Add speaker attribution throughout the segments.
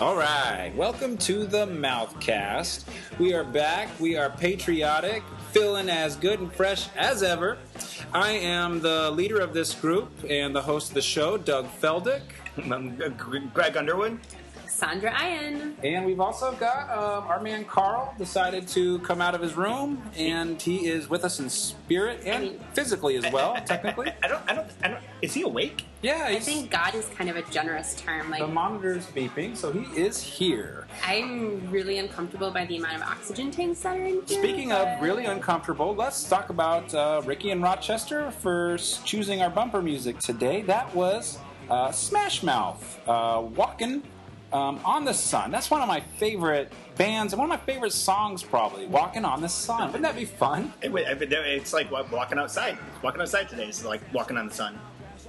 Speaker 1: All right, welcome to the Mouthcast. We are back. We are patriotic, feeling as good and fresh as ever. I am the leader of this group and the host of the show, Doug Feldick.
Speaker 2: Greg Underwood.
Speaker 3: Sandra Ian.
Speaker 1: And we've also got um, our man Carl decided to come out of his room, and he is with us in spirit and physically as well, technically.
Speaker 2: I don't, I don't, I don't, is he awake?
Speaker 1: Yeah,
Speaker 3: I
Speaker 1: he's,
Speaker 3: think God is kind of a generous term.
Speaker 1: the
Speaker 3: Like,
Speaker 1: monitor's beeping, so he is here.
Speaker 3: I'm really uncomfortable by the amount of oxygen tanks that are in here.
Speaker 1: Speaking of
Speaker 3: but-
Speaker 1: really uncomfortable, let's talk about uh, Ricky and Rochester for s- choosing our bumper music today. That was uh, Smash Mouth, uh, Walking um, on the Sun. That's one of my favorite bands and one of my favorite songs, probably. Walking on the Sun. Wouldn't that be fun?
Speaker 2: It- it- It's like wa- walking outside. Walking outside today is like walking on the sun.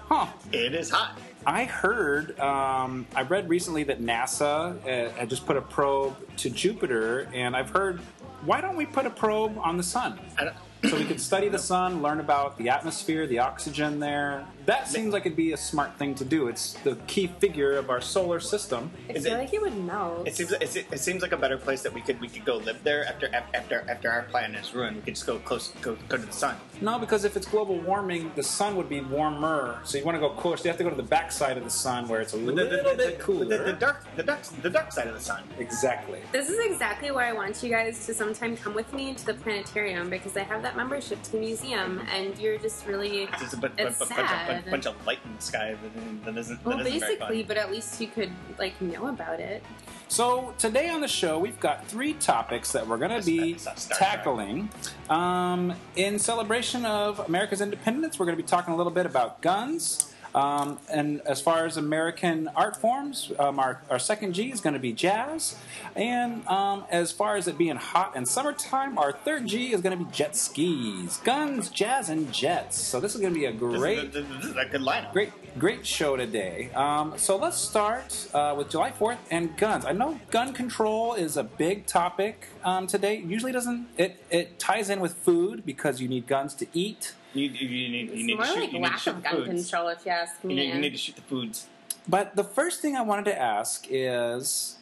Speaker 1: Huh.
Speaker 2: It is hot.
Speaker 1: I heard, um, I read recently that NASA uh, had just put a probe to Jupiter, and I've heard, why don't we put a probe on the sun?
Speaker 2: I don't,
Speaker 1: So we could study the sun, learn about the atmosphere, the oxygen there. That seems like it'd be a smart thing to do. It's the key figure of our solar system.
Speaker 3: I
Speaker 2: Is
Speaker 3: feel
Speaker 2: it-
Speaker 3: like it would melt.
Speaker 2: it seems it, se- it seems like a better place that we could we could go live there after af- after after our planet is ruined. We could just go close go, go to the sun.
Speaker 1: No, because if it's global warming, the sun would be warmer. So you want to go closer. You have to go to the backside of the sun where it's a
Speaker 2: The-
Speaker 1: little,
Speaker 2: the- the- the-
Speaker 1: bit cooler.
Speaker 2: The, the dark the dark the dark side of the sun.
Speaker 1: exactly.
Speaker 3: this is exactly where I want you guys to sometime come with me to the planetarium because I have that membership to the museum, and you're just really.
Speaker 2: It's just a bu- bu-
Speaker 3: It's
Speaker 2: bu- bunch, of,
Speaker 3: sad.
Speaker 2: bu- bunch of light in the sky that isn't that isn't, that
Speaker 3: well,
Speaker 2: isn't very
Speaker 3: basically,
Speaker 2: fun.
Speaker 3: but at least you could like know about it.
Speaker 1: So today on the show, we've got three topics that we're going to be
Speaker 2: It's not Star Trek.
Speaker 1: tackling. Um, in celebration of America's independence, we're going to be talking a little bit about guns. Um, and as far as American art forms, um, our, our second G is going to be jazz. And um, as far as it being hot and summertime, our third G is going to be jet skis. Guns, jazz, and jets. So this is going to be a
Speaker 2: This is-
Speaker 1: great
Speaker 2: This, is, a good lineup.
Speaker 1: Great, great show today. Um, so let's start uh, with July 4th and guns. I know gun control is a big topic um, today. Usually doesn't it? It ties in with food because you need guns to eat.
Speaker 2: You, you- you need you
Speaker 3: It's
Speaker 2: need
Speaker 3: more
Speaker 2: to shoot,
Speaker 3: like
Speaker 2: you need to
Speaker 3: lack
Speaker 2: shoot
Speaker 3: of
Speaker 2: the
Speaker 3: gun
Speaker 2: foods.
Speaker 3: control, if you ask me.
Speaker 2: You need, you need to shoot the foods.
Speaker 1: But the first thing I wanted to ask is,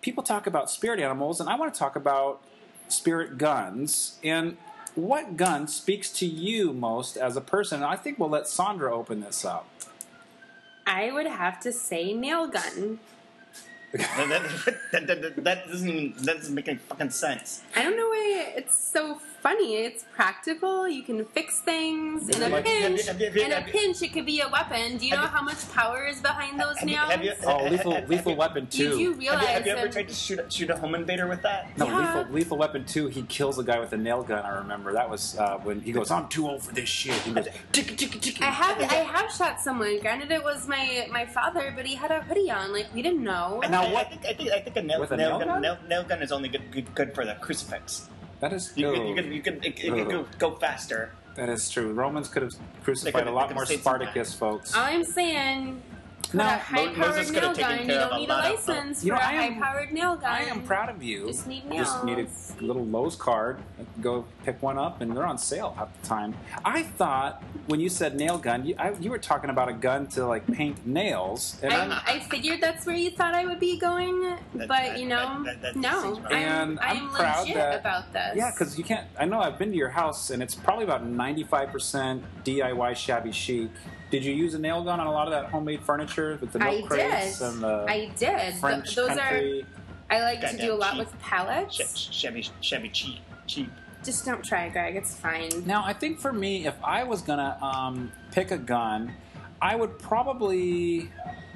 Speaker 1: people talk about spirit animals, and I want to talk about spirit guns. And what gun speaks to you most as a person? And I think we'll let Sandra open this up.
Speaker 3: I would have to say nail gun.
Speaker 2: that, that, that, that, that doesn't even that doesn't make any fucking sense.
Speaker 3: I don't know why it's so funny. It's practical. You can fix things in a
Speaker 1: Like-
Speaker 3: pinch.
Speaker 2: Have you- have you-
Speaker 3: in a
Speaker 2: have you-
Speaker 3: pinch, it could be a weapon. Do you know
Speaker 2: Have you-
Speaker 3: how much power is behind those
Speaker 2: have you-
Speaker 3: nails?
Speaker 2: have you-
Speaker 1: Oh, lethal,
Speaker 2: Have you-
Speaker 1: lethal weapon two.
Speaker 3: Did you
Speaker 2: Have
Speaker 3: realize?
Speaker 2: you, have you ever
Speaker 3: that-
Speaker 2: tried to shoot a, shoot a home invader with that?
Speaker 1: No,
Speaker 3: Yeah.
Speaker 1: lethal, lethal Weapon 2, he kills a guy with a nail gun, I remember. That was uh, when he goes, I'm too old for this shit. He goes, "Ticka, ticka, ticka."
Speaker 3: I have I have shot someone. Granted, it was my my father, but he had a hoodie on. Like we didn't know.
Speaker 2: I-
Speaker 1: Now
Speaker 2: I,
Speaker 1: what-
Speaker 2: I think I think I think a nail,
Speaker 1: With a
Speaker 2: nail,
Speaker 1: nail gun?
Speaker 2: gun nail, nail gun is only good good, good for the crucifix.
Speaker 1: That is
Speaker 2: You
Speaker 1: true.
Speaker 2: could you could you could it, it could go, go faster.
Speaker 1: that is true. Romans could have
Speaker 2: They
Speaker 1: crucified
Speaker 2: could-
Speaker 1: a
Speaker 2: they
Speaker 1: lot
Speaker 2: could
Speaker 1: more
Speaker 2: save some time.
Speaker 1: Spartacus, folks.
Speaker 3: All I'm saying. for
Speaker 1: Now,
Speaker 3: a high
Speaker 2: Moses
Speaker 3: powered
Speaker 2: could
Speaker 3: nail
Speaker 2: have taken
Speaker 3: gun. You
Speaker 2: care of a
Speaker 3: don't need a
Speaker 2: lot of-
Speaker 3: license
Speaker 1: You know,
Speaker 3: for a
Speaker 1: I am-
Speaker 3: high powered nail gun.
Speaker 1: I am proud of you.
Speaker 3: Just need
Speaker 1: I just need
Speaker 3: nails.
Speaker 1: a little Lowe's card. Go pick one up, and they're on sale half the time. I thought when you said nail gun, you, I, you were talking about a gun to like paint nails. And I'm-
Speaker 3: I, I figured that's where you thought I would be going,
Speaker 2: That-
Speaker 3: but you
Speaker 2: that-
Speaker 3: know,
Speaker 2: that- that- that
Speaker 3: no.
Speaker 2: seems
Speaker 3: I'm,
Speaker 2: right.
Speaker 1: And I'm
Speaker 3: I'm
Speaker 1: proud
Speaker 3: legit
Speaker 1: that-
Speaker 3: about this.
Speaker 1: Yeah, because you can't. I know I've been to your house, and it's probably about ninety-five percent DIY shabby chic. Did you use a nail gun on a lot of that homemade furniture with the
Speaker 3: I
Speaker 1: milk crates
Speaker 3: did.
Speaker 1: and the
Speaker 3: I did.
Speaker 1: French
Speaker 3: Th- Those
Speaker 1: country?
Speaker 3: are. I like to
Speaker 2: Goddamn
Speaker 3: do a lot
Speaker 2: cheap.
Speaker 3: with palettes.
Speaker 2: Che- Chevy Chevy cheap cheap.
Speaker 3: Just don't try, Greg. It's fine.
Speaker 1: Now, I think for me, if I was gonna um, pick a gun, I would probably,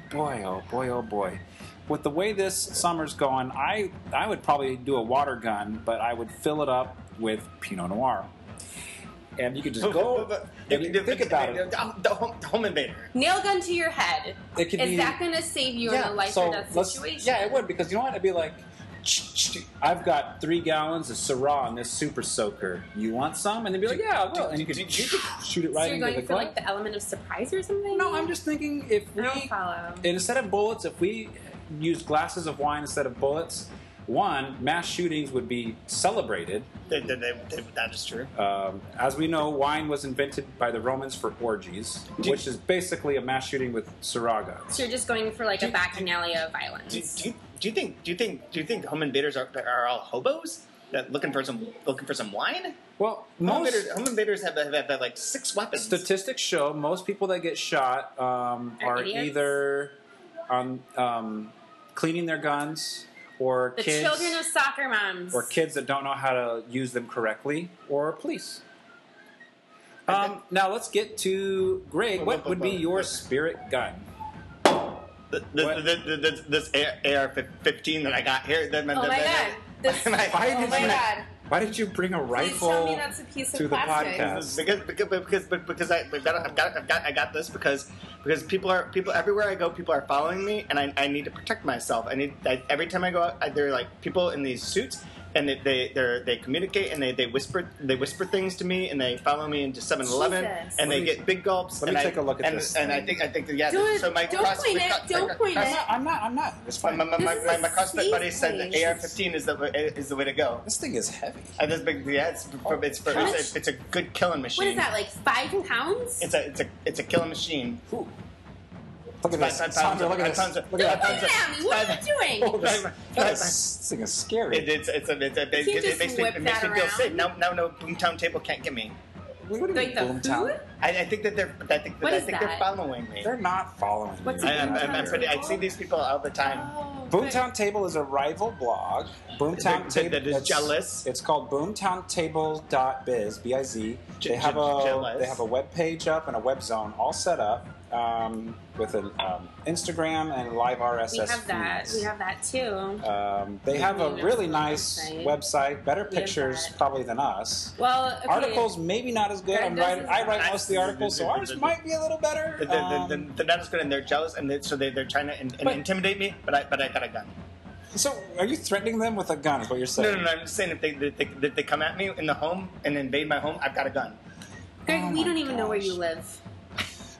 Speaker 1: boy, oh boy, oh boy, with the way this summer's going, I I would probably do a water gun, but I would fill it up with Pinot Noir, and you could just go. and you think about it.
Speaker 2: The home, the home invader.
Speaker 3: Nail gun to your head.
Speaker 1: It could
Speaker 3: Is
Speaker 1: be-
Speaker 3: that going to save you in a life
Speaker 1: so
Speaker 3: or death
Speaker 1: let's-
Speaker 3: situation?
Speaker 1: Yeah, it would because you know what? I'd be like, I've got three gallons of Syrah in this super soaker. You want some? And they'd be like, Yeah, I will. And you could shoot it
Speaker 3: So
Speaker 1: right
Speaker 3: you're
Speaker 1: into
Speaker 3: going
Speaker 1: the
Speaker 3: for
Speaker 1: gun.
Speaker 3: like the element of surprise or something?
Speaker 1: no, I'm just thinking if
Speaker 3: I
Speaker 1: we
Speaker 3: don't follow.
Speaker 1: instead of bullets, if we use glasses of wine instead of bullets, One, mass shootings would be celebrated.
Speaker 2: They, they, they, they, that is true.
Speaker 1: Um, as we know, wine was invented by the Romans for orgies,
Speaker 2: Do-
Speaker 1: which is basically a mass shooting with suraga.
Speaker 3: So you're just going for like
Speaker 2: Do
Speaker 3: a
Speaker 2: you-
Speaker 3: bacchanalia of violence.
Speaker 2: Do, do, you- do you think? Do you think? Do you think home invaders are, are all hobos that looking for some looking for some wine?
Speaker 1: Well,
Speaker 2: Home
Speaker 1: most
Speaker 2: invaders, home invaders have, have, have, like six weapons.
Speaker 1: statistics show most people that get shot um,
Speaker 3: Are
Speaker 1: are
Speaker 3: idiots?
Speaker 1: either on um, cleaning their guns or
Speaker 3: the
Speaker 1: kids
Speaker 3: children of soccer moms.
Speaker 1: or kids that don't know how to use them correctly or police. Um, now let's get to Greg. What would be your spirit gun?
Speaker 2: Th- th-
Speaker 1: What?
Speaker 2: th- th- th- this AR-15 that I got here. That, that,
Speaker 3: Oh my
Speaker 2: that-
Speaker 3: god. This,
Speaker 2: My-
Speaker 3: oh
Speaker 1: Why did
Speaker 3: my
Speaker 1: you-
Speaker 3: god.
Speaker 1: Why did you bring a
Speaker 3: Please tell me
Speaker 1: rifle?
Speaker 3: that's a piece
Speaker 1: to
Speaker 3: of
Speaker 1: the
Speaker 3: plastic.
Speaker 1: podcast.
Speaker 2: because because because but- because I I've got, I've got I've got I got this because because people are people everywhere I go people are following me and I, I need to protect myself I need I, every time I go out I, they're like people in these suits and they they they're, they communicate and they, they whisper they whisper things to me and they follow me into 7-Eleven
Speaker 3: Jesus.
Speaker 2: and they
Speaker 1: Let me-
Speaker 2: get big gulps
Speaker 1: let me
Speaker 2: and I-
Speaker 1: take a look at
Speaker 2: and,
Speaker 1: this.
Speaker 2: and I think I think that, yeah
Speaker 3: Don't-
Speaker 2: so my
Speaker 3: don't
Speaker 2: cross,
Speaker 3: point
Speaker 2: my
Speaker 3: it,
Speaker 2: cross-
Speaker 3: don't
Speaker 2: my
Speaker 3: point
Speaker 2: cross-
Speaker 3: it.
Speaker 1: I'm not. I'm not. It's
Speaker 2: My, my, my,
Speaker 3: This
Speaker 2: my,
Speaker 3: is
Speaker 2: my,
Speaker 3: a
Speaker 2: CrossFit
Speaker 3: safe
Speaker 2: buddy said that
Speaker 3: place.
Speaker 2: AR-15 is the way- is the way to go.
Speaker 4: This thing is heavy.
Speaker 2: I just think yeah, it's for, it's, for, it's, a, it's a good killing machine.
Speaker 3: What is that, like five pounds?
Speaker 2: It's a it's a it's a killing machine.
Speaker 4: Ooh. Look at
Speaker 2: Five-
Speaker 4: this.
Speaker 2: five pounds
Speaker 4: Sandra,
Speaker 2: of-
Speaker 4: look at
Speaker 2: five
Speaker 4: this.
Speaker 2: pounds of-
Speaker 4: Look
Speaker 3: Don't
Speaker 4: at
Speaker 3: point
Speaker 4: that.
Speaker 3: at me. What are you
Speaker 4: Oh,
Speaker 3: doing?
Speaker 4: this,
Speaker 2: Five-
Speaker 4: this, this thing is scary.
Speaker 2: It, it's it's a it's a it,
Speaker 3: You can't
Speaker 2: it
Speaker 3: just
Speaker 2: makes me
Speaker 3: whip
Speaker 2: it makes me
Speaker 3: that
Speaker 2: feel
Speaker 3: around.
Speaker 2: safe. Now now no boomtown table can't get me.
Speaker 4: What do you mean,
Speaker 3: Like the
Speaker 4: Boomtown?
Speaker 3: food?
Speaker 2: I, I think that they're I think that,
Speaker 3: What
Speaker 2: I
Speaker 3: is
Speaker 2: think they're
Speaker 3: that?
Speaker 2: following me.
Speaker 1: They're not following
Speaker 3: What's
Speaker 1: you.
Speaker 2: I, I'm, I'm, I'm
Speaker 3: Boomtown
Speaker 2: pretty, I see
Speaker 3: table?
Speaker 2: these people all the time.
Speaker 3: Oh,
Speaker 1: Boomtown Table is a rival blog. Boomtown
Speaker 2: That- that-
Speaker 1: Table
Speaker 2: that is
Speaker 1: it's-
Speaker 2: jealous.
Speaker 1: It's called boomtowntable.biz, B-I-Z.
Speaker 2: Je-
Speaker 1: They have
Speaker 2: je-
Speaker 1: a
Speaker 2: jealous.
Speaker 1: they have a web page up and a web zone all set up um, with an um, Instagram and live RSS.
Speaker 3: Oh, We have that.
Speaker 1: feeds.
Speaker 3: We have that too.
Speaker 1: Um, they have a
Speaker 3: Yeah.
Speaker 1: really nice
Speaker 3: Website.
Speaker 1: website, better
Speaker 3: We have
Speaker 1: pictures
Speaker 3: that.
Speaker 1: probably than us.
Speaker 3: Well, okay.
Speaker 1: Articles maybe not as good.
Speaker 3: That
Speaker 1: I'm writing, I
Speaker 3: doesn't-
Speaker 1: write most of the articles, so ours might be a little better.
Speaker 2: They're, they're, they're,
Speaker 1: Um,
Speaker 3: Oh.
Speaker 2: they're not as good and they're jealous and they, so they, they're trying to in, in-
Speaker 1: But-
Speaker 2: intimidate me. But I but I got a gun.
Speaker 1: so, are you threatening them with a gun? Is what you're saying?
Speaker 2: No no no. I'm just saying if they if they, if they come at me in the home and invade my home, I've got a gun.
Speaker 3: Greg,
Speaker 1: Oh
Speaker 3: we
Speaker 1: my
Speaker 3: don't even know where
Speaker 1: gosh.
Speaker 3: you live.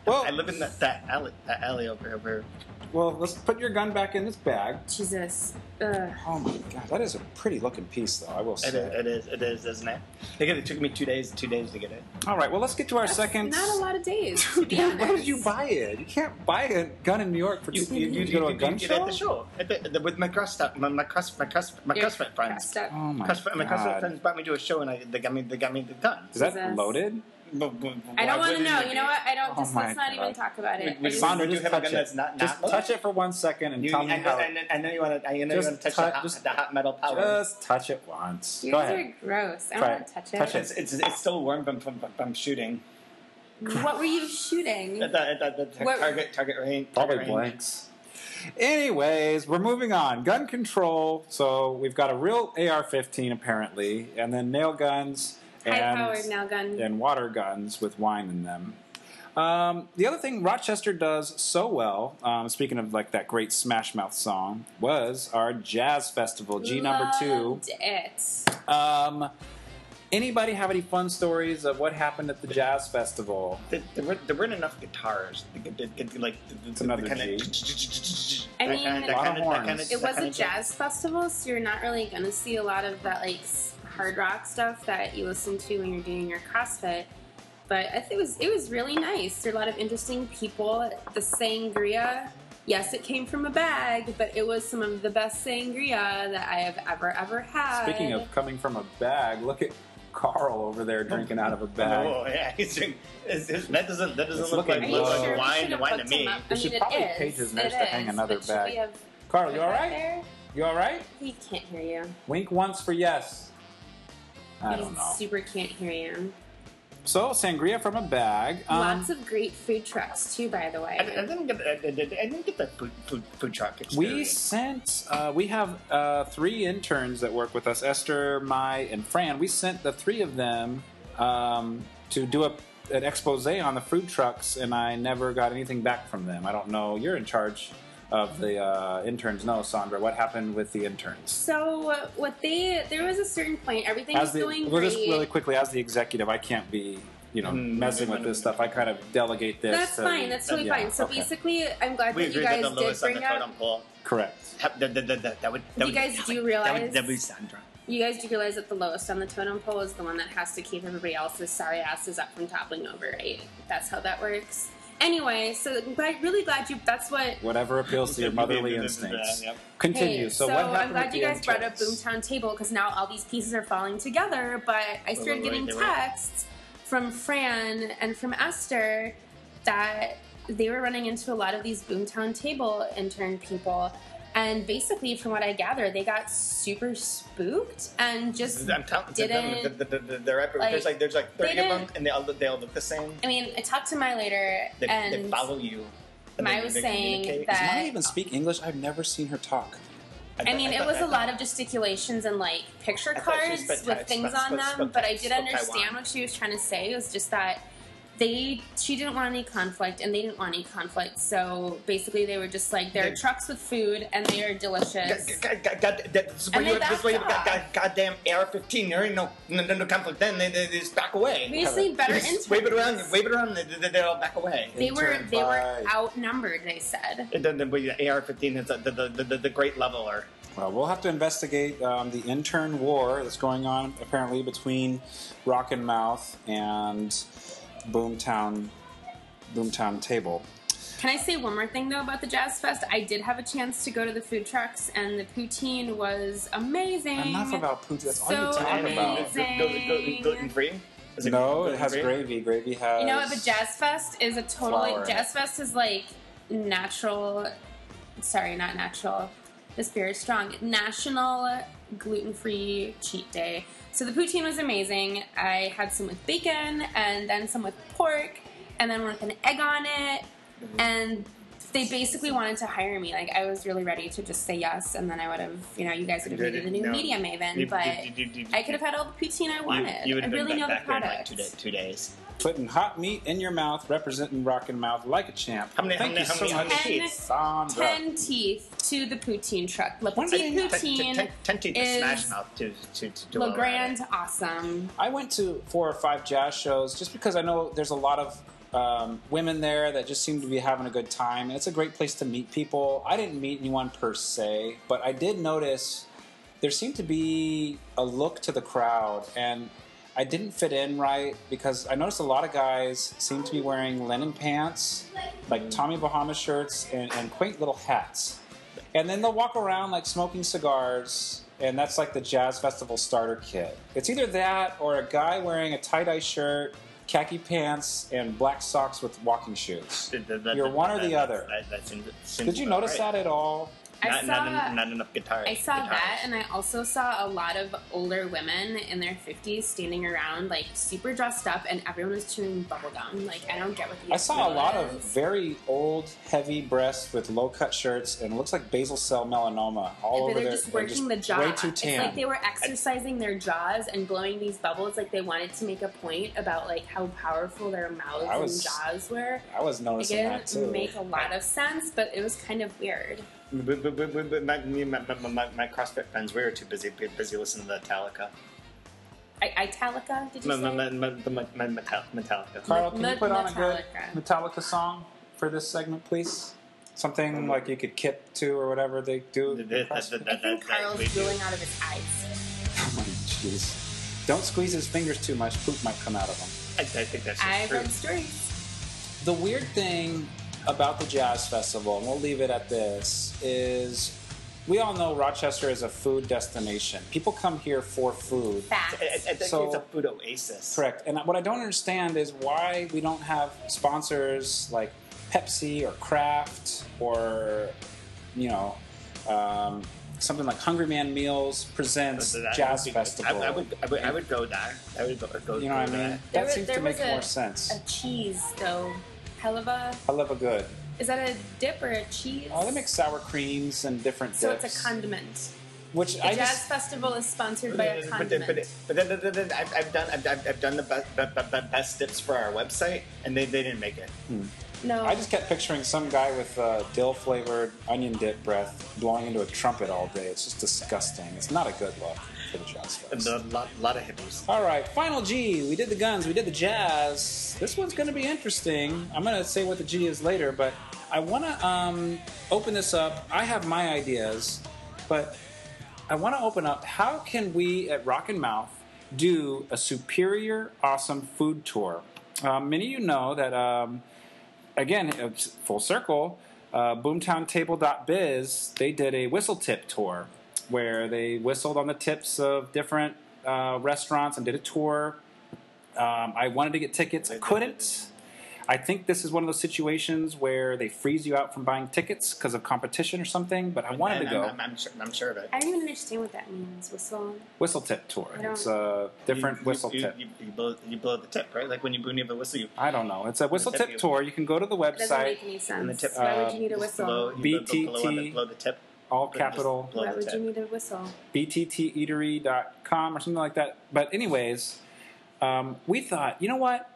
Speaker 1: Well,
Speaker 2: I live in that, that alley that alley over over.
Speaker 1: Well, let's put your gun back in this bag.
Speaker 3: Jesus. Ugh.
Speaker 1: Oh my god, that is a pretty looking piece, though. I will say.
Speaker 2: It is, it is, it is, isn't it? Look, it took me two days, two days to get it.
Speaker 1: All right, well, let's get to our second.
Speaker 3: Not a lot of days. to
Speaker 1: Dude,
Speaker 3: be
Speaker 1: why
Speaker 3: honest.
Speaker 1: did you buy it? You can't buy a gun in New York for two. You, you, go to a gun
Speaker 2: you
Speaker 1: show.
Speaker 2: At the show, at the, the, with my crossfit, my my cross, my cross, my
Speaker 3: You're
Speaker 2: crossfit friends.
Speaker 3: dressed up.
Speaker 1: Oh my
Speaker 2: Crossfit, my crossfit
Speaker 1: god.
Speaker 2: friends brought me to a show, and I, they got me, they got me the gun.
Speaker 1: is that
Speaker 3: Jesus.
Speaker 1: loaded?
Speaker 3: I don't want to know. You know what? I don't.
Speaker 1: Oh
Speaker 3: Just
Speaker 1: my
Speaker 3: let's not
Speaker 1: God.
Speaker 3: even talk about it.
Speaker 2: We- we
Speaker 3: I just-
Speaker 2: found
Speaker 1: Sandra,
Speaker 2: do
Speaker 1: just
Speaker 2: have a
Speaker 1: touch
Speaker 2: gun
Speaker 1: it.
Speaker 2: that's not-
Speaker 1: just
Speaker 2: not
Speaker 1: touch it for one second and
Speaker 2: You,
Speaker 1: tell
Speaker 2: I,
Speaker 1: me
Speaker 2: know,
Speaker 1: how.
Speaker 2: I, know, I know you want to. I know you
Speaker 1: Just
Speaker 2: want to touch
Speaker 1: touch-
Speaker 2: the, hot,
Speaker 1: just-
Speaker 2: the hot metal power.
Speaker 1: Just touch it once.
Speaker 3: You
Speaker 1: go
Speaker 3: guys
Speaker 1: ahead.
Speaker 3: are gross. I
Speaker 1: Try
Speaker 3: don't want
Speaker 1: it.
Speaker 3: to touch
Speaker 1: Touch
Speaker 3: it.
Speaker 2: it's, it's, it's still warm from from, from, from shooting.
Speaker 3: What were you shooting?
Speaker 2: At the, at the, the
Speaker 3: What-
Speaker 2: target target range.
Speaker 1: Probably
Speaker 2: target range.
Speaker 1: blanks. Anyways, we're moving on. Gun control. So we've got a real AR-15 apparently, and then nail guns and
Speaker 3: High-powered nail gun.
Speaker 1: and water guns with wine in them. Um, the other thing Rochester does so well, um, speaking of like that great Smash Mouth song, was our jazz festival, G number two.
Speaker 3: Loved It.
Speaker 1: Um, anybody have any fun stories of what happened at the jazz festival?
Speaker 2: There, there, weren't, there weren't enough guitars. to get- to get, Like the, the,
Speaker 1: another
Speaker 2: the kind
Speaker 3: I mean,
Speaker 2: that
Speaker 1: Lot of
Speaker 2: kind of, that kind
Speaker 1: horns.
Speaker 2: of,
Speaker 3: It was a jazz festival, so you're not really going to see a lot of that like s- hard rock stuff that you listen to when you're doing your CrossFit. But I think it was it was really nice. There are a lot of interesting people. The sangria, yes, it came from a bag, but it was some of the best sangria that I have ever ever had.
Speaker 1: Speaking of coming from a bag, look at Carl over there drinking out of a bag.
Speaker 2: Oh yeah, he's doing. It's, it's, that doesn't that doesn't
Speaker 1: It's
Speaker 2: look
Speaker 1: looking
Speaker 2: like,
Speaker 3: Are you
Speaker 1: low.
Speaker 2: like
Speaker 3: sure we
Speaker 2: wine
Speaker 3: should've
Speaker 2: wine to
Speaker 3: put some
Speaker 2: me.
Speaker 3: up? I
Speaker 1: We
Speaker 3: mean,
Speaker 1: should
Speaker 3: it
Speaker 1: probably
Speaker 3: is.
Speaker 1: page his
Speaker 3: It
Speaker 1: nurse to hang
Speaker 3: is,
Speaker 1: another
Speaker 3: but should
Speaker 1: bag.
Speaker 3: we have
Speaker 1: Carl,
Speaker 3: put
Speaker 1: you all
Speaker 3: that
Speaker 1: right?
Speaker 3: there?
Speaker 1: You all right?
Speaker 3: He can't hear you.
Speaker 1: Wink once for yes. I
Speaker 3: he
Speaker 1: don't know.
Speaker 3: super can't hear you.
Speaker 1: So sangria from a bag. Um,
Speaker 3: Lots of great food trucks too, by the way.
Speaker 2: I, I didn't get I, I didn't get that food, food, food truck
Speaker 1: Um, we
Speaker 2: experience.
Speaker 1: sent. Uh, we have uh, three interns that work with us: Esther, Mai, and Fran. We sent the three of them um, to do a, an expose on the food trucks, and I never got anything back from them. I don't know. You're in charge of the uh, interns, no, Sandra? What happened with the interns?
Speaker 3: So uh, what they there was a certain point everything
Speaker 1: As
Speaker 3: was
Speaker 1: the,
Speaker 3: going
Speaker 1: well,
Speaker 3: great.
Speaker 1: just really quickly, as the executive, I can't be you know
Speaker 4: Mm-hmm.
Speaker 2: Mm,
Speaker 1: messing
Speaker 2: no,
Speaker 1: with
Speaker 2: no,
Speaker 1: this
Speaker 2: no.
Speaker 1: stuff. I kind of delegate this.
Speaker 3: That's
Speaker 1: to-
Speaker 3: fine. That's totally
Speaker 1: yeah,
Speaker 3: fine. So
Speaker 1: okay.
Speaker 3: basically, I'm glad
Speaker 2: We
Speaker 3: that you
Speaker 2: agree
Speaker 3: guys
Speaker 2: that the
Speaker 3: did
Speaker 2: lowest on the
Speaker 3: bring
Speaker 2: totem
Speaker 3: up.
Speaker 2: pole.
Speaker 1: correct.
Speaker 2: That, that, that, that, that would. That
Speaker 3: You
Speaker 2: would,
Speaker 3: guys
Speaker 2: that
Speaker 3: do
Speaker 2: would, That
Speaker 3: realize-
Speaker 2: would, that would be Sandra.
Speaker 3: You guys do realize that the lowest on the totem pole is the one that has to keep everybody else's sorry asses up from toppling over, right? That's how that works. Anyway, so I'm glad, really glad you. That's what.
Speaker 1: Whatever appeals to your motherly
Speaker 2: This is bad,
Speaker 1: instincts.
Speaker 2: yep.
Speaker 1: Continue.
Speaker 3: Hey,
Speaker 1: so, what happened
Speaker 3: I'm glad
Speaker 1: with
Speaker 3: you
Speaker 1: the
Speaker 3: guys brought up
Speaker 1: interns?
Speaker 3: Boomtown Table because now all these pieces are falling together. But I started
Speaker 2: wait, wait,
Speaker 3: getting
Speaker 2: they were-
Speaker 3: texts from Fran and from Esther that they were running into a lot of these Boomtown Table intern people. And basically, from what I gather, they got super spooked and just
Speaker 2: I'm telling
Speaker 3: didn't.
Speaker 2: them, they're, they're, they're epic.
Speaker 3: like,
Speaker 2: there's like there's like
Speaker 3: they
Speaker 2: 30 of them,
Speaker 3: didn't-
Speaker 2: and they all look- they all look the same.
Speaker 3: I mean, I talked to Mai later,
Speaker 2: They,
Speaker 3: and
Speaker 2: they follow you. and
Speaker 3: Mai
Speaker 2: they-
Speaker 3: was
Speaker 2: they
Speaker 3: saying
Speaker 2: communicate.
Speaker 3: that-
Speaker 4: Does Maya even speak English? I've never seen her talk.
Speaker 3: I mean, it
Speaker 2: thought-
Speaker 3: was
Speaker 2: I
Speaker 3: a
Speaker 2: thought-
Speaker 3: lot of gesticulations and like picture
Speaker 2: I thought she
Speaker 3: cards
Speaker 2: spent
Speaker 3: with
Speaker 2: time-
Speaker 3: things
Speaker 2: spent-
Speaker 3: on
Speaker 2: spent-
Speaker 3: them,
Speaker 2: spent-
Speaker 3: but I did
Speaker 2: spent
Speaker 3: understand
Speaker 2: Taiwan.
Speaker 3: what she was trying to say. It was just that they she didn't want any conflict and they didn't want any conflict. So basically, they were just like, there are
Speaker 2: They-
Speaker 3: trucks with food and they are
Speaker 2: God,
Speaker 3: delicious.
Speaker 2: God, God, God, that- this is
Speaker 3: And
Speaker 2: where
Speaker 3: they
Speaker 2: you this is where you
Speaker 3: backed
Speaker 2: got
Speaker 3: off.
Speaker 2: God, goddamn AR-15. There ain't no no, no, no conflict. Then they, they, they just back away.
Speaker 3: We just need better
Speaker 2: You just wave it
Speaker 3: interns.
Speaker 2: around, wave it around. They, they, they all back away.
Speaker 3: They were
Speaker 4: Intern
Speaker 3: they were
Speaker 4: vibe.
Speaker 3: outnumbered. They said.
Speaker 2: And then the, with the AR-15 is the, the, the, the, the great leveler.
Speaker 1: Well, we'll have to investigate um, the intern war that's going on apparently between Rock and Mouth and Boomtown, Boomtown Table.
Speaker 3: Can I say one more thing though about the Jazz Fest? I did have a chance to go to the food trucks, and the poutine was amazing.
Speaker 1: Enough about Pooja. That's all you
Speaker 3: So
Speaker 1: talk about.
Speaker 3: amazing. Amazing.
Speaker 2: Gluten free?
Speaker 1: No, it has gravy. Gravy has.
Speaker 3: You know what? But Jazz Fest is a total.
Speaker 4: Flower.
Speaker 3: Like, Jazz Fest is like natural. Sorry, not natural. The spirit is strong. National gluten free cheat day. So the poutine was amazing. I had some with bacon, and then some with pork, and then one with an egg on it. And they basically wanted to hire me. Like I was really ready to just say yes, and then I would have, you know, you guys would have
Speaker 2: Did
Speaker 3: needed a
Speaker 2: it?
Speaker 3: new
Speaker 2: No.
Speaker 3: media maven.
Speaker 2: You-
Speaker 3: but
Speaker 2: you- you- you-
Speaker 3: I could have had all the poutine I wanted. I
Speaker 2: would've
Speaker 3: really
Speaker 2: been
Speaker 3: know the
Speaker 2: back there in
Speaker 3: product.
Speaker 2: like two, day, two days.
Speaker 1: Putting hot meat in your mouth, representing Rock and Mouth like a champ.
Speaker 2: How many-
Speaker 1: Thank
Speaker 2: how
Speaker 1: you
Speaker 2: many-
Speaker 1: so
Speaker 2: how many-
Speaker 1: much,
Speaker 2: how many
Speaker 3: sheets?
Speaker 1: Sandra.
Speaker 3: ten teeth to the poutine truck. La
Speaker 1: One thing-
Speaker 3: Petite
Speaker 2: Ten- ten- ten-
Speaker 3: Poutine
Speaker 2: ten teeth to
Speaker 3: is
Speaker 2: smash mouth to to to, to
Speaker 3: La
Speaker 2: all
Speaker 3: Grande
Speaker 2: that.
Speaker 3: Awesome.
Speaker 1: I went to four or five jazz shows just because I know there's a lot of um, women there that just seem to be having a good time, and it's a great place to meet people. I didn't meet anyone per se, but I did notice there seemed to be a look to the crowd, and I didn't fit in right because I noticed a lot of guys seemed to be wearing linen pants, like Tommy Bahama shirts, and, and quaint little hats. And then they'll walk around like smoking cigars, and that's like the jazz festival starter kit. It's either that or a guy wearing a tie dye shirt, khaki pants, and black socks with walking shoes.
Speaker 2: Th- th- th-
Speaker 1: You're
Speaker 2: th-
Speaker 1: one or
Speaker 2: that-
Speaker 1: the
Speaker 2: that-
Speaker 1: other.
Speaker 2: that- that seems- seems
Speaker 1: Did you
Speaker 2: about
Speaker 1: notice
Speaker 2: right.
Speaker 1: that at all?
Speaker 3: I
Speaker 2: Not,
Speaker 3: saw.
Speaker 2: not, en- not enough guitar.
Speaker 3: I saw
Speaker 2: guitars.
Speaker 3: that, and I also saw a lot of older women in their fifties standing around, like super dressed up, and everyone was chewing bubblegum. Like I don't get what the
Speaker 1: I saw a
Speaker 3: issue
Speaker 1: lot of
Speaker 3: is.
Speaker 1: very old, heavy breasts with low cut shirts, and it looks like basal cell melanoma all
Speaker 3: But
Speaker 1: over
Speaker 3: they're
Speaker 1: their
Speaker 3: just
Speaker 1: they're
Speaker 3: working the jaw.
Speaker 1: Way too
Speaker 3: it's
Speaker 1: tan.
Speaker 3: like they were exercising their jaws and blowing these bubbles. Like they wanted to make a point about like how powerful their mouths
Speaker 1: I was-
Speaker 3: and jaws were.
Speaker 1: I was
Speaker 3: It
Speaker 1: noticing that too.
Speaker 3: didn't make a lot of sense, but it was kind of weird.
Speaker 2: B- b- b- b- b- my, me and my, my, my, my CrossFit friends, we were too busy bu- busy listening to Metallica.
Speaker 3: I- Italica, did you
Speaker 2: My,
Speaker 3: say?
Speaker 2: my, my, my, my, my Metal- Metallica.
Speaker 1: Carl, can you
Speaker 3: Me-
Speaker 1: put on a good
Speaker 3: Metallica.
Speaker 1: Metallica song for this segment, please? Something like you could kip to or whatever they do.
Speaker 2: Um, Th- th- th- th-
Speaker 3: I
Speaker 2: that-
Speaker 3: think
Speaker 2: that- that we
Speaker 3: Carl's
Speaker 2: do.
Speaker 3: drooling out of his eyes.
Speaker 1: Oh my jeez. Don't squeeze his fingers too much, poop might come out of them.
Speaker 2: I, I think that's just
Speaker 3: I've
Speaker 2: true.
Speaker 3: heard stories.
Speaker 1: The weird thing about the Jazz Festival, and we'll leave it at this, is we all know Rochester is a food destination. People come here for food.
Speaker 2: I, I, I
Speaker 3: Facts.
Speaker 2: think
Speaker 1: So-
Speaker 2: it's a food oasis.
Speaker 1: Correct. And what I don't understand is why we don't have sponsors like Pepsi or Kraft or, you know, um, something like Hungry Man Meals presents
Speaker 2: So that
Speaker 1: Jazz
Speaker 2: would be-
Speaker 1: Festival.
Speaker 2: I, I, would, I, would, I would go there. I would go, go
Speaker 1: you know what I
Speaker 2: go
Speaker 1: mean?
Speaker 2: there.
Speaker 3: There
Speaker 1: that
Speaker 3: was-
Speaker 1: seems to
Speaker 3: there was
Speaker 1: make
Speaker 3: a-
Speaker 1: more sense.
Speaker 3: A cheese, though. Hell of a.
Speaker 1: I love a good.
Speaker 3: Is that a dip or a cheese?
Speaker 1: Oh, they make sour creams and different
Speaker 3: So
Speaker 1: dips.
Speaker 3: it's a condiment.
Speaker 1: Which
Speaker 3: The
Speaker 1: I
Speaker 3: Jazz
Speaker 1: just
Speaker 3: Festival is sponsored by a
Speaker 2: But, then-
Speaker 3: condiment.
Speaker 2: but, then- but then- then- then I've, I've done I've, I've I've done the best, be- be- be- best dips for our website, and they, they didn't make it.
Speaker 3: no.
Speaker 1: I just kept picturing some guy with uh, dill flavored onion dip breath blowing into a trumpet all day. It's just disgusting. It's not a good look.
Speaker 4: finish out stuff.
Speaker 2: And a lot, lot of hippies.
Speaker 1: All right, final G. We did the guns, we did the jazz. This one's going to be interesting. I'm going to say what the G is later, but I want to um, open this up. I have my ideas, but I want to open up. How can we at Rock and Mouth do a superior, awesome food tour? Um, many of you know that. Um, again, it's full circle, uh, BoomtownTable.biz, they did a whistle tip tour where they whistled on the tips of different uh, restaurants and did a tour. Um, I wanted to get tickets, I couldn't. I think this is one of those situations where they freeze you out from buying tickets because of competition or something, but I wanted
Speaker 2: And
Speaker 1: to go.
Speaker 2: I'm, I'm, I'm, sure, I'm sure of it.
Speaker 3: I don't even understand what that means. Whistle.
Speaker 1: whistle tip tour.
Speaker 3: I don't-
Speaker 1: It's a different
Speaker 2: You- you-
Speaker 1: whistle
Speaker 2: you,
Speaker 1: tip.
Speaker 2: You, you, blow, you blow the tip, right? Like when you, when you have a whistle, you
Speaker 1: I don't know. It's a whistle
Speaker 2: tip
Speaker 1: tip
Speaker 2: you-
Speaker 1: tour. You can go to the
Speaker 3: It doesn't
Speaker 1: website,
Speaker 3: make any sense.
Speaker 2: the tip-
Speaker 3: Why would
Speaker 1: uh,
Speaker 3: you need a
Speaker 2: just blow,
Speaker 3: whistle?
Speaker 2: you blow- blow- Blow, on the,
Speaker 1: BTT.
Speaker 2: blow the tip.
Speaker 1: all
Speaker 2: Just
Speaker 1: capital.
Speaker 2: blow
Speaker 3: Why
Speaker 2: the
Speaker 3: would
Speaker 2: tip.
Speaker 3: you need a whistle?
Speaker 1: E btteatery.com or something like that. But anyways, um, we thought, you know what?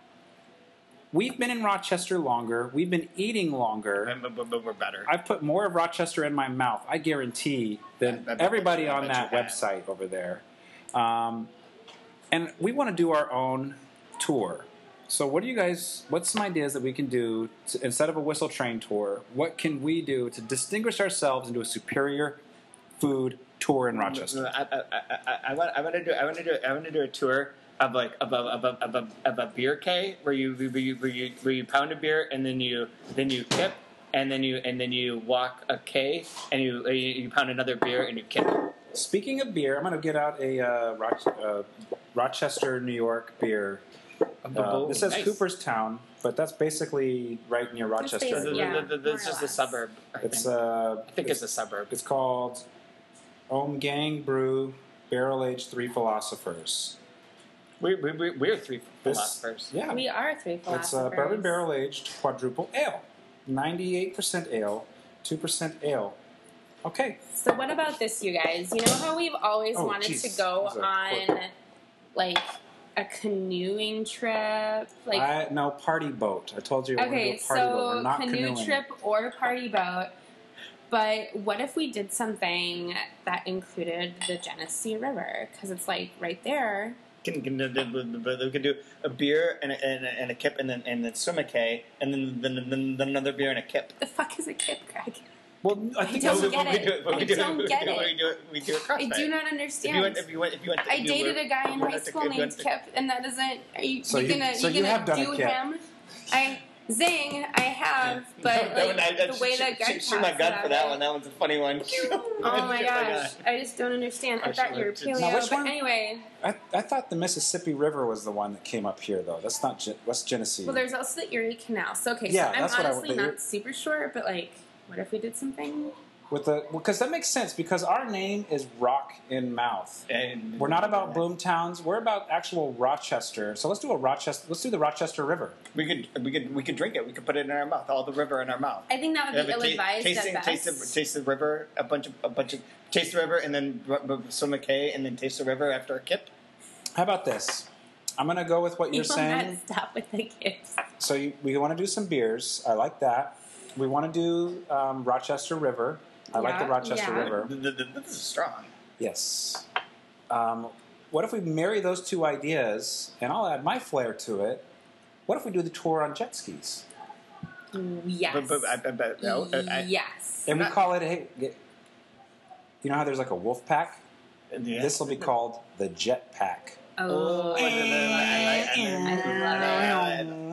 Speaker 1: We've been in Rochester longer. We've been eating longer.
Speaker 2: But- but- but- but we're better.
Speaker 1: I've put more of Rochester in my mouth, I guarantee, than
Speaker 2: I- I bet
Speaker 1: everybody
Speaker 2: you- I
Speaker 1: on
Speaker 2: bet
Speaker 1: that
Speaker 2: you have.
Speaker 1: website over there. Um, and we want to do our own tour. So, what do you guys? What's some ideas that we can do to, instead of a whistle train tour? What can we do to distinguish ourselves into a superior food tour in Rochester?
Speaker 2: No, no, I, I, I- I, I, want, I want to do. I want to do. I want to do a tour of like of a of a, of a, of a beer K where you where you, where you where you pound a beer and then you then you kip and then you and then you walk a K and you you, you pound another beer and you kip.
Speaker 1: Speaking of beer, I'm going to get out a uh, Roch- uh, Rochester, New York beer. Uh, this says
Speaker 2: Nice.
Speaker 1: Cooperstown, but that's basically right near
Speaker 2: This
Speaker 1: Rochester.
Speaker 2: is-
Speaker 3: Yeah,
Speaker 2: this is- this is
Speaker 3: more or
Speaker 2: just a
Speaker 3: less.
Speaker 2: suburb. I think.
Speaker 1: It's uh,
Speaker 2: I think it's a suburb.
Speaker 1: it's called Om Gang Brew Barrel Aged Three Philosophers.
Speaker 2: We we we we're three
Speaker 1: This-
Speaker 2: philosophers.
Speaker 1: Yeah,
Speaker 3: We are three
Speaker 1: it's
Speaker 3: philosophers.
Speaker 1: uh, bourbon barrel aged quadruple ale, 98% ale, 2% ale. Okay,
Speaker 3: So what about this, you guys? You know how we've always
Speaker 1: Oh,
Speaker 3: wanted
Speaker 1: jeez.
Speaker 3: to
Speaker 1: That
Speaker 3: go
Speaker 1: was a
Speaker 3: on,
Speaker 1: quote.
Speaker 3: like a canoeing trip, like
Speaker 1: I, no party boat. I told you. we're
Speaker 3: okay,
Speaker 1: gonna do a party boat.
Speaker 3: so
Speaker 1: We're not
Speaker 3: canoe
Speaker 1: canoeing.
Speaker 3: trip or party boat. But what if we did something that included the Genesee River? Because it's like right there.
Speaker 2: Can, can, we can do a beer and a, and a, and a kip and then and then swim a K and then then, then, then another beer and a kip.
Speaker 3: The fuck is a kid, Greg?
Speaker 1: Well, I think
Speaker 3: don't
Speaker 1: that's
Speaker 2: we,
Speaker 3: get
Speaker 2: we
Speaker 3: it.
Speaker 2: do it. but
Speaker 3: I
Speaker 2: We do
Speaker 3: don't
Speaker 2: it.
Speaker 3: get
Speaker 2: we do
Speaker 3: it.
Speaker 2: We do it. We do it.
Speaker 3: I do not
Speaker 2: If you
Speaker 3: understand.
Speaker 2: went, if you went, if you went,
Speaker 3: I
Speaker 2: you
Speaker 3: dated
Speaker 2: were-
Speaker 3: a guy in
Speaker 2: were
Speaker 3: high
Speaker 2: not to-
Speaker 3: school
Speaker 2: if you
Speaker 3: named
Speaker 2: went to-
Speaker 3: Kip, and that isn't. Are you,
Speaker 1: So
Speaker 3: you
Speaker 1: you-
Speaker 3: gonna
Speaker 1: so
Speaker 3: you
Speaker 1: you
Speaker 3: gonna
Speaker 1: have done a
Speaker 3: do
Speaker 1: Kip.
Speaker 3: him? I zing. I have, but
Speaker 2: No,
Speaker 3: like,
Speaker 2: no, no,
Speaker 3: the way
Speaker 2: shoot-
Speaker 3: that Greg
Speaker 2: shoot, shoot my
Speaker 3: talks
Speaker 2: gun
Speaker 3: about
Speaker 2: for that
Speaker 3: it-
Speaker 2: one. That one's a funny one.
Speaker 3: Oh my gosh! I just don't understand. I
Speaker 2: I
Speaker 3: thought
Speaker 2: should-
Speaker 3: you were
Speaker 2: Now,
Speaker 3: paleo,
Speaker 1: which
Speaker 3: but
Speaker 1: one?
Speaker 3: anyway.
Speaker 1: I, I thought the Mississippi River was the one that came up here, though. That's not Gen- West Genesee.
Speaker 3: Well, there's also the Erie Canal. So okay,
Speaker 1: Yeah,
Speaker 3: so I'm
Speaker 1: that's what I-
Speaker 3: honestly
Speaker 1: the-
Speaker 3: not super sure, but like, what if we did something?
Speaker 1: With the because that makes sense because our name is Rock in Mouth.
Speaker 2: And
Speaker 1: We're not about boom towns. We're about actual Rochester. So let's do a Rochester. Let's do the Rochester River.
Speaker 2: We could, we could, we could drink it. We could put it in our mouth. All the river in our mouth.
Speaker 3: I think that would be
Speaker 2: Yeah, but ta-
Speaker 3: ill-advised
Speaker 2: tasting,
Speaker 3: at
Speaker 2: taste
Speaker 3: best.
Speaker 2: the, taste the river. A bunch of, a bunch of, taste the river, and then r- r- swim a K, and then taste the river after a kip.
Speaker 1: How about this? I'm gonna go with what
Speaker 3: You
Speaker 1: you're
Speaker 3: will
Speaker 1: saying.
Speaker 3: not stop with the kids.
Speaker 1: So you, we want to do some beers. I like that. We want to do um, Rochester River. I like the
Speaker 3: Yeah,
Speaker 1: Rochester
Speaker 3: yeah.
Speaker 1: River.
Speaker 2: Th- th- th- This is strong.
Speaker 1: Yes. Um, what if we marry those two ideas, and I'll add my flair to it? What if we do the tour on jet skis,
Speaker 3: Yes.
Speaker 2: But, but I, I, but no, I, I,
Speaker 3: yes.
Speaker 1: and we call it? Hey, get, you know how there's like a wolf pack.
Speaker 2: yeah.
Speaker 1: This will be called the Jet Pack.
Speaker 3: Oh,
Speaker 2: Oh,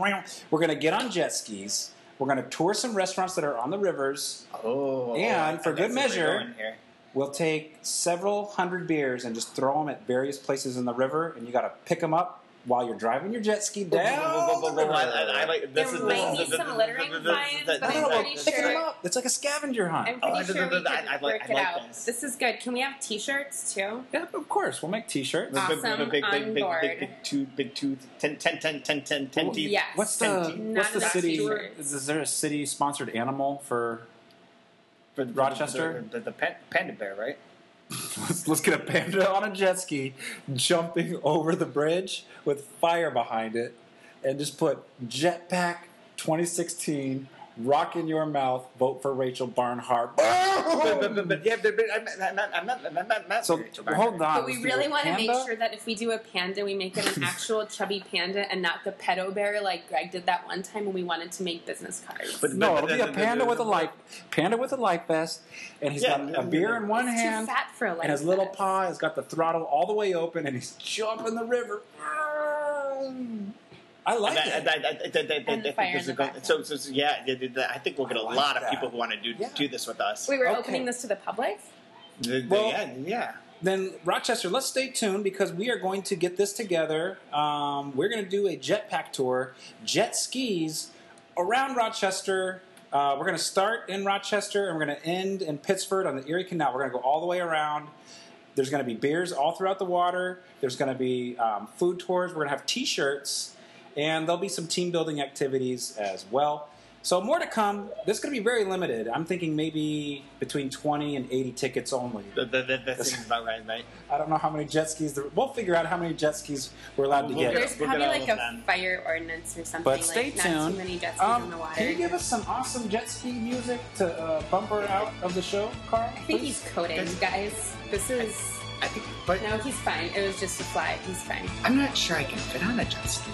Speaker 3: I
Speaker 1: We're going to get on jet skis. We're going to tour some restaurants that are on the rivers.
Speaker 2: Oh,
Speaker 1: And for
Speaker 2: I
Speaker 1: good
Speaker 2: see where you're
Speaker 1: measure-
Speaker 2: going here.
Speaker 1: We'll take several hundred beers and just throw them at various places in the river, and you got to pick them up while you're driving your jet ski down. the river.
Speaker 2: I, I, I like this.
Speaker 3: There
Speaker 2: is,
Speaker 3: might
Speaker 2: this
Speaker 3: be
Speaker 2: is-
Speaker 3: some littering
Speaker 2: this is- this is-
Speaker 3: fines,
Speaker 2: this is-
Speaker 1: No,
Speaker 3: but
Speaker 1: no, no,
Speaker 3: I'm
Speaker 1: we're
Speaker 3: pretty
Speaker 1: picking
Speaker 3: sure-
Speaker 1: them up. It's like a scavenger hunt.
Speaker 3: I'm
Speaker 2: Oh,
Speaker 3: pretty
Speaker 2: I-
Speaker 3: sure we
Speaker 2: I-
Speaker 3: could
Speaker 2: I- I like-
Speaker 3: work
Speaker 2: I
Speaker 3: it
Speaker 2: like
Speaker 3: out.
Speaker 2: this.
Speaker 3: is good. Can we have T-shirts too?
Speaker 1: yeah, of course. We'll make T-shirts.
Speaker 3: Uh,
Speaker 2: Big- big-
Speaker 3: Awesome,
Speaker 2: big,
Speaker 3: on
Speaker 2: big, big,
Speaker 3: board.
Speaker 2: big, big two, big two, ten, ten, ten, ten, ten, ten teeth.
Speaker 3: Yes.
Speaker 1: What's the
Speaker 2: Ten
Speaker 1: what's
Speaker 3: Not
Speaker 1: the
Speaker 3: enough
Speaker 1: city?
Speaker 3: T-shirts.
Speaker 1: Is there a city sponsored animal for?
Speaker 2: For the-
Speaker 1: Rochester?
Speaker 2: the, the, the pan- panda bear, right?
Speaker 1: Let's, let's get a panda on a jet ski, jumping over the bridge with fire behind it, and just put Jetpack 2016 rock in your mouth, vote for Rachel Barnhart.
Speaker 2: But, but, but, but, yeah, but, but I'm, I'm not, I'm not, I'm not, I'm not
Speaker 1: So
Speaker 2: Rachel Barnhart.
Speaker 1: hold on.
Speaker 3: But we
Speaker 1: let's do
Speaker 3: really
Speaker 1: a
Speaker 3: want to make
Speaker 1: panda?
Speaker 3: sure that if we do a panda, we make it an actual chubby panda and not the pedo bear like Greg did that one time when we wanted to make business cards.
Speaker 2: But-
Speaker 1: No, it'll be a
Speaker 2: but-
Speaker 1: panda with a life panda with a life vest, and he's
Speaker 2: Yeah,
Speaker 1: got a beer in one
Speaker 3: It's
Speaker 1: hand
Speaker 3: too fat for a life
Speaker 1: and his little
Speaker 3: size.
Speaker 1: paw has got the throttle all the way open, and he's jumping the river. I like
Speaker 2: That-
Speaker 1: it.
Speaker 2: that- that- that- that- that-
Speaker 3: And the
Speaker 2: I think
Speaker 3: fire
Speaker 2: this
Speaker 3: in
Speaker 2: is
Speaker 3: the
Speaker 2: going- So, so, so, yeah, yeah, yeah, yeah, I think we'll get a
Speaker 1: I like
Speaker 2: lot
Speaker 1: that.
Speaker 2: of people who want to do
Speaker 1: Yeah.
Speaker 2: do this with us.
Speaker 3: We were
Speaker 1: Okay.
Speaker 3: opening this to the public.
Speaker 2: The- the-
Speaker 1: Well-
Speaker 2: yeah, yeah.
Speaker 1: then Rochester, let's stay tuned because we are going to get this together. Um, we're going to do a jetpack tour, jet skis around Rochester. Uh, we're going to start in Rochester and we're going to end in Pittsford on the Erie Canal. We're going to go all the way around. There's going to be beers all throughout the water. There's going to be um, food tours. We're going to have T-shirts, and there'll be some team building activities as well. So more to come. This is going to be very limited. I'm thinking maybe between 20 and 80 tickets only.
Speaker 2: The, the, the, that seems about right, right?
Speaker 1: I don't know how many jet skis. There, we'll figure out how many jet skis we're allowed to
Speaker 2: We'll
Speaker 1: get.
Speaker 2: get
Speaker 3: There's
Speaker 2: we'll
Speaker 3: probably
Speaker 2: all
Speaker 3: like
Speaker 2: of
Speaker 3: a
Speaker 2: them.
Speaker 3: fire ordinance or something.
Speaker 1: But stay
Speaker 3: like, Not
Speaker 1: tuned.
Speaker 3: too many jet skis in
Speaker 1: Um,
Speaker 3: the water.
Speaker 1: can you give us some awesome jet ski music to uh, bumper out of the show, Carl?
Speaker 3: I think
Speaker 1: please?
Speaker 3: he's coding, guys. This is.
Speaker 2: I think, but
Speaker 3: No, he's fine. It was just a fly. He's fine.
Speaker 2: I'm not sure I can fit on a jet ski.